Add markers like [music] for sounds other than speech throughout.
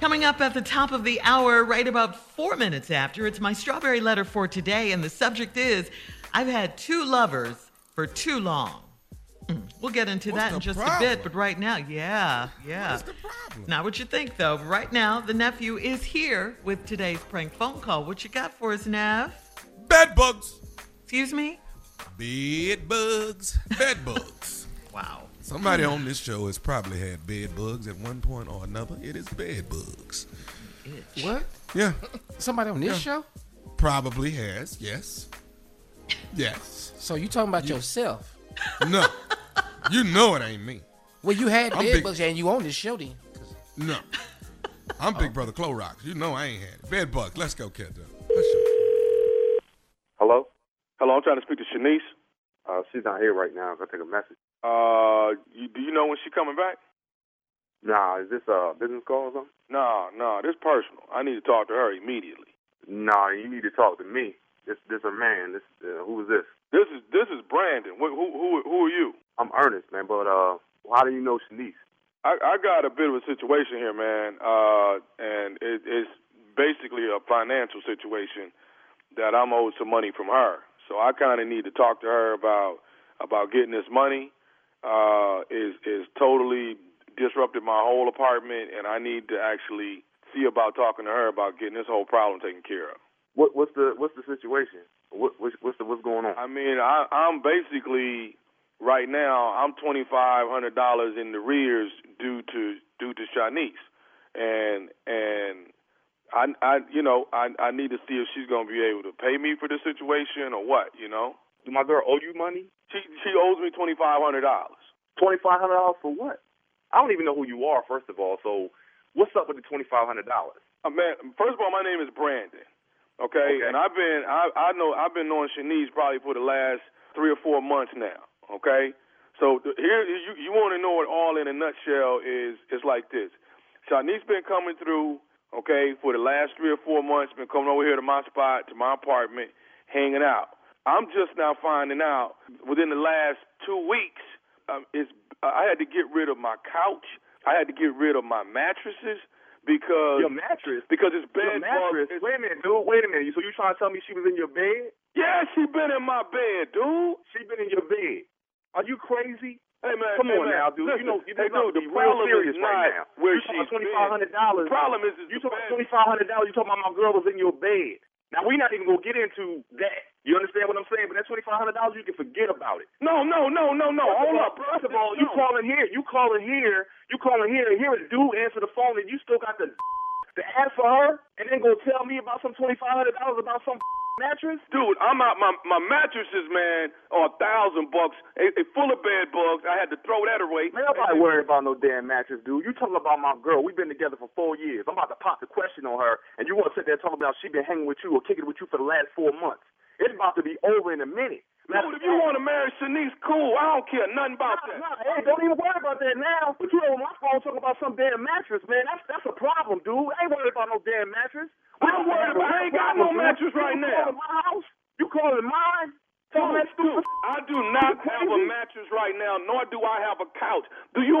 Coming up at the top of the hour, right about four minutes after, it's my strawberry letter for today, and the subject is I've had two lovers for too long. Mm, We'll get into What's that in the just a problem? bit, but right now, yeah, yeah. What's the problem? Not what you think, though. Right now, the nephew is here with today's prank phone call. What you got for us, Nav? Bed bugs. Excuse me? Bed bugs. Bed bugs. Wow. Somebody on this show has probably had bed bugs at one point or another. It is bed bugs. Itch. What? Yeah, Somebody on this show? probably has. Yes. Yes. So you talking about yourself? No. you know it ain't me. Well, you had I'm bed big- bugs and you on this show then. [laughs] No. I'm Big Brother Clorox. You know I ain't had it. Bed bugs. Let's go, Captain. Let's show. Hello? Hello, I'm trying to speak to Shanice. Uh, she's not here right now. I'm gonna take a message. Uh, you, do you know when she coming back? Nah, is this a business call or something? Nah, nah, this personal. I need to talk to her immediately. Nah, you need to talk to me. This, this a man. This, uh, who is this? This is this is Brandon. Who who who, who are you? I'm Ernest, man. But uh, how do you know Shanice? I, I got a bit of a situation here, man, uh, and it, it's basically a financial situation that I'm owed some money from her. So I kind of need to talk to her about about getting this money. Uh, is is totally disrupted my whole apartment, and I need to actually see about talking to her about getting this whole problem taken care of. What, what's the what's the situation? What what's, what's the what's going on? I mean, I, I'm basically right now I'm twenty five hundred dollars in the rears due to due to Shanice, and and I I you know I I need to see if she's gonna be able to pay me for the situation or what you know. Do my girl owe you money? She she owes me twenty five hundred dollars. Twenty five hundred dollars for what? I don't even know who you are, first of all. So what's up with the twenty five hundred dollars? Uh, man, first of all, my name is Brandon. Okay, Okay. and I've been I I know I've been knowing Shanice probably for the last three or four months now. Okay, so th- here you you want to know it all in a nutshell is it's like this. Shanice been coming through. Okay, for the last three or four months, been coming over here to my spot to my apartment, hanging out. I'm just now finding out within the last two weeks. Um, it's I had to get rid of my couch. I had to get rid of my mattresses because Your mattress. because it's Your bed mattress. bugs. Wait a minute, dude. Wait a minute. So you trying to tell me she was in your bed? Yeah, she been in my bed, dude. She been in your bed. Are you crazy? Hey man, Come hey, on man. now, dude. Listen, you know, you hey, know dude, the be real problem serious is not right now. where you she's talking twenty five hundred dollars. The problem is, is you the talking bed- twenty five hundred dollars. You talking about my girl was in your bed. Now we're not even gonna get into that. You understand what I'm saying? But that twenty five hundred dollars, you can forget about it. No, no, no, no, no. First of Hold all- up, bro. First of all, you No. calling here, you calling here, you calling here, and here a dude answer the phone, and you still got the [laughs] to ask for her, and then go tell me about some twenty five hundred dollars about some [laughs] mattress. Dude, I'm out. My my mattresses, man, are a thousand bucks. They, they full of bed bugs. I had to throw that away. Man, nobody worry about no damn mattress, dude. You talking about my girl? We've been together for four years. I'm about to pop the question on her, and you want to sit there talking about she been hanging with you or kicking with you for the last four months? It's about to be over in a minute. Matter Dude, if of you fact- want to marry Shanice, cool. I don't care nothing about Nah, that. nah, hey, don't even worry about that now. But you on my phone talking about some damn mattress, man. That's that's a problem, dude. I ain't worried about no damn mattress. I don't worry about- I ain't got no mattress right you now. Calling my house? You calling mine? Talking Dude, that stupid. dude, I do not You have a crazy? mattress right now, nor do I have a couch. Do you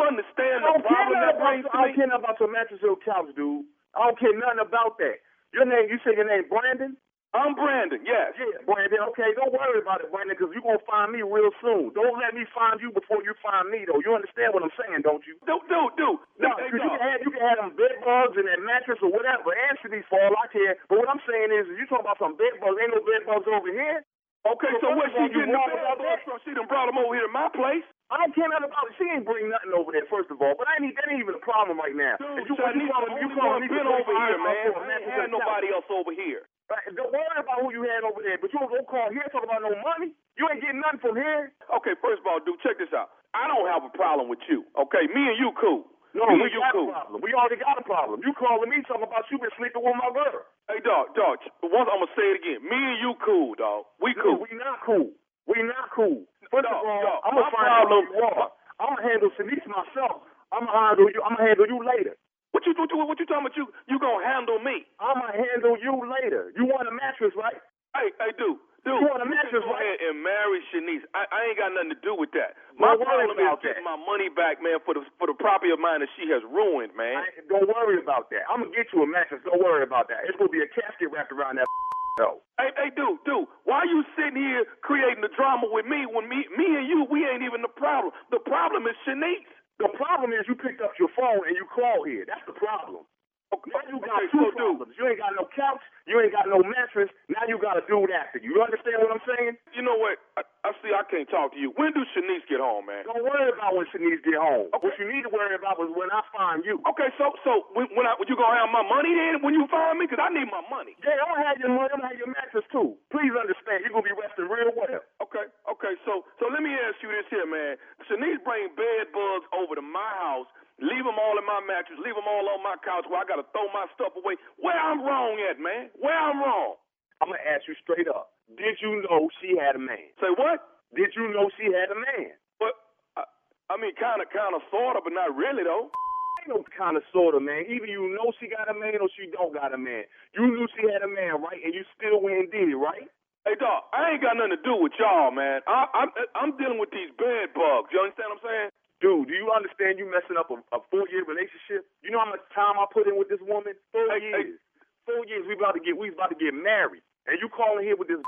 I understand the don't care problem nothing that about brings your- to I me? don't care nothing about your mattress or couch, dude. I don't care nothing about that. Your name? You say your name Brandon? I'm Brandon. Yes. Yeah, Brandon. Okay, don't worry about it, Brandon, because you gonna find me real soon. Don't let me find you before you find me, though. You understand what I'm saying, don't you? Dude, dude, dude. No, 'cause Hey, you dog. can have you can have them bed bugs and that mattress or whatever. Answer these for all I care. But what I'm saying is, you talking about some bed bugs? Ain't no bed bugs over here. Okay, so where first of she all, you getting the wrong bed about that. bugs from? She done brought them over here to my place. I don't care nothing about it. She ain't bring nothing over there, first of all. But I ain't that ain't even a problem right now. Dude, If you, if you Shanice, calling, the you only calling one me been for over $25 here, man. for a I ain't mattress had and a couch. nobody else over here. Right, Don't worry about who you had over there, but you don't call here talking about no money. You ain't getting nothing from here. Okay, first of all, dude, check this out. I don't have a problem with you. Okay, me and you cool. No, me we and you got cool. a problem. We already got a problem. You calling me talking about you been sleeping with my girl. Hey, dog, dog. Once I'm gonna say it again. Me and you cool, dog. We Dude, cool. We not cool. We not cool. First No, of all, no, I'm my gonna find out who problem- you are. I'm gonna handle Shanice myself. I'm gonna handle you. I'm gonna handle you later. What you what you what you talking about? You you gonna handle me? I'm gonna handle you later. You want a mattress, right? Hey, hey, dude, dude. You want a can mattress, go right? ahead and marry Shanice. I, I ain't got nothing to do with that. My my worry problem about is getting that. my money back, man, for the for the property of mine that she has ruined, man. I- don't worry about that. I'm gonna get you a mattress. Don't worry about that. It's gonna be a casket wrapped around that. [laughs] No. Hey, hey, dude, dude, why you sitting here creating the drama with me when me, me and you, we ain't even the problem. The problem is Shanice. The problem is you picked up your phone and you called here. That's the problem. Okay, Now you got okay, two so, dude, problems. You ain't got no couch. You ain't got no mattress. Now you got a dude after you. You understand what I'm saying? you know what? I, I see. I can't talk to you. When do Shanice get home, man? Don't worry about when Shanice get home. Okay. What you need to worry about was when I find you. Okay, so so when, when I you gonna have my money then when you find me? Cause I need my money. Yeah, I'm gonna have your money. I'm gonna have your mattress too. Please understand, you're gonna be resting real well. Okay, okay. So so let me ask you this here, man. Shanice bring bed bugs over to my house, leave them all in my mattress, leave them all on my couch where I gotta throw my stuff away. Where I'm wrong at, man? Where I'm wrong? I'm gonna ask you straight up. Did you know she had a man? Say what? Did you know she had a man? But I, I mean, kind of, kind of, sort of, but not really though. ain't no kind of sort of man. Either you know she got a man or she don't got a man. You knew she had a man, right? And you still went and did it, right? Hey dog, I ain't got nothing to do with y'all, man. I, I'm I'm dealing with these bed bugs. You understand what I'm saying? Dude, do you understand you messing up a, a four year relationship? You know how much time I put in with this woman? Four Hey, hey. years. Four years. We about to get we about to get married, and you calling here with this.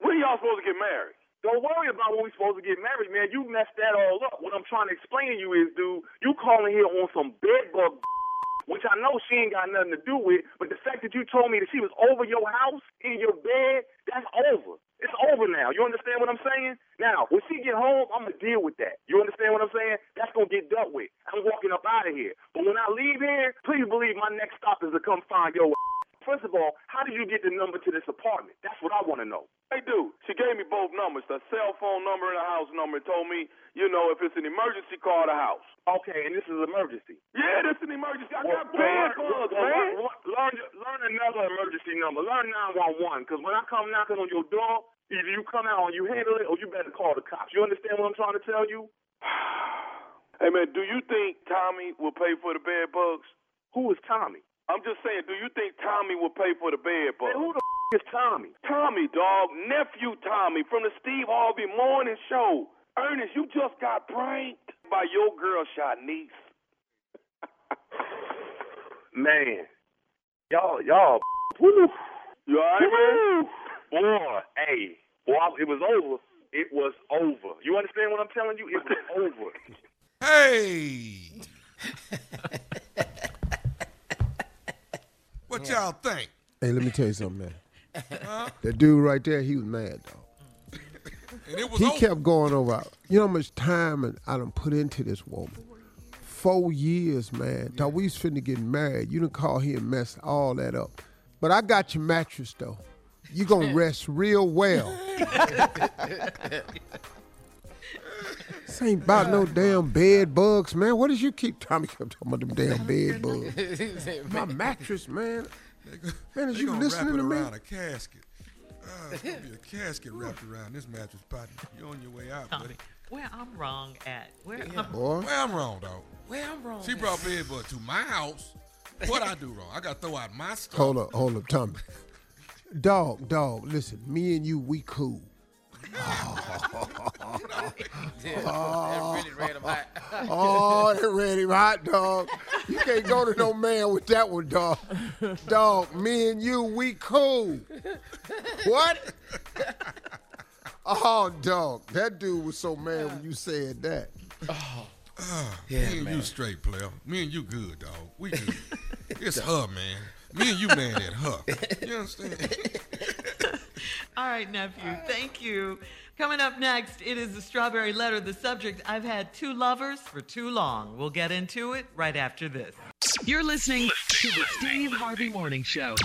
When y'all supposed to get married? Don't worry about when we supposed to get married, man. You messed that all up. What I'm trying to explain to you is, dude, you calling here on some bedbug, which I know she ain't got nothing to do with, but the fact that you told me that she was over your house in your bed, that's over. It's over now. You understand what I'm saying? Now, when she get home, I'm gonna deal with that. You understand what I'm saying? That's gonna get dealt with. I'm walking up out of here. But when I leave here, please believe my next stop is to come find your. First of all, how did you get the number to this apartment? That's what I want to know. Hey dude, she gave me both numbers, the cell phone number and the house number, and told me, you know, if it's an emergency, call the house. Okay, and this is emergency. Yeah, that's an emergency. I Well, got bed well, bugs, well, man. well, Learn, learn another emergency number. Learn 911, because when I come knocking on your door, either you come out and you handle it, or you better call the cops. You understand what I'm trying to tell you? Hey man, do you think Tommy will pay for the bed bugs? Who is Tommy? I'm just saying, do you think Tommy will pay for the Man, bed bugs? who the f- is Tommy? Tommy, dog, nephew Tommy from the Steve Harvey Morning Show. Ernest, you just got pranked by your girl Shanice. Man, y'all, y'all, [laughs] woo, You alright, man? boy, hey, boy, I- it was over. It was over. You understand what I'm telling you? It was [laughs] over. Hey. what y'all think? Hey, let me tell you something, man. That dude right there, he was mad, dog. And it was He over. kept going over. You know how much time and I done put into this woman? Four years, man. Dog, we was finna get married. You done call here and mess all that up. But I got your mattress, though. You gonna rest real well. this ain't about no damn bed bugs, man. What does you keep Tommy kept talking about them damn bed bugs? My mattress, man. Man, is They you gonna wrap listening it to me? around a casket. Uh, it's gonna be a casket wrapped around this mattress, buddy. You're on your way out, buddy. Tommy, where I'm wrong at? Where I'm Boy. Well, I'm wrong, dog. Well, I'm wrong. She brought bed bugs to my house. What I do wrong? I gotta throw out my stuff. Hold up, hold up, Tommy. Dog, dog, listen, me and you, we [laughs] cool. Yeah, that really ran him hot. [laughs] Oh, that ready hot dog. You can't go to no man with that one, dog. Dog, me and you, we cool. What? [laughs] Oh, dog, that dude was so mad when you said that. me and you straight, player. Me and you good, dog. We good. [laughs] it's her, man. Me and you mad at her. You understand? [laughs] All right, nephew. Thank you. Coming up next, it is the strawberry letter. The subject I've had two lovers for too long. We'll get into it right after this. You're listening to the Steve Harvey Morning Show.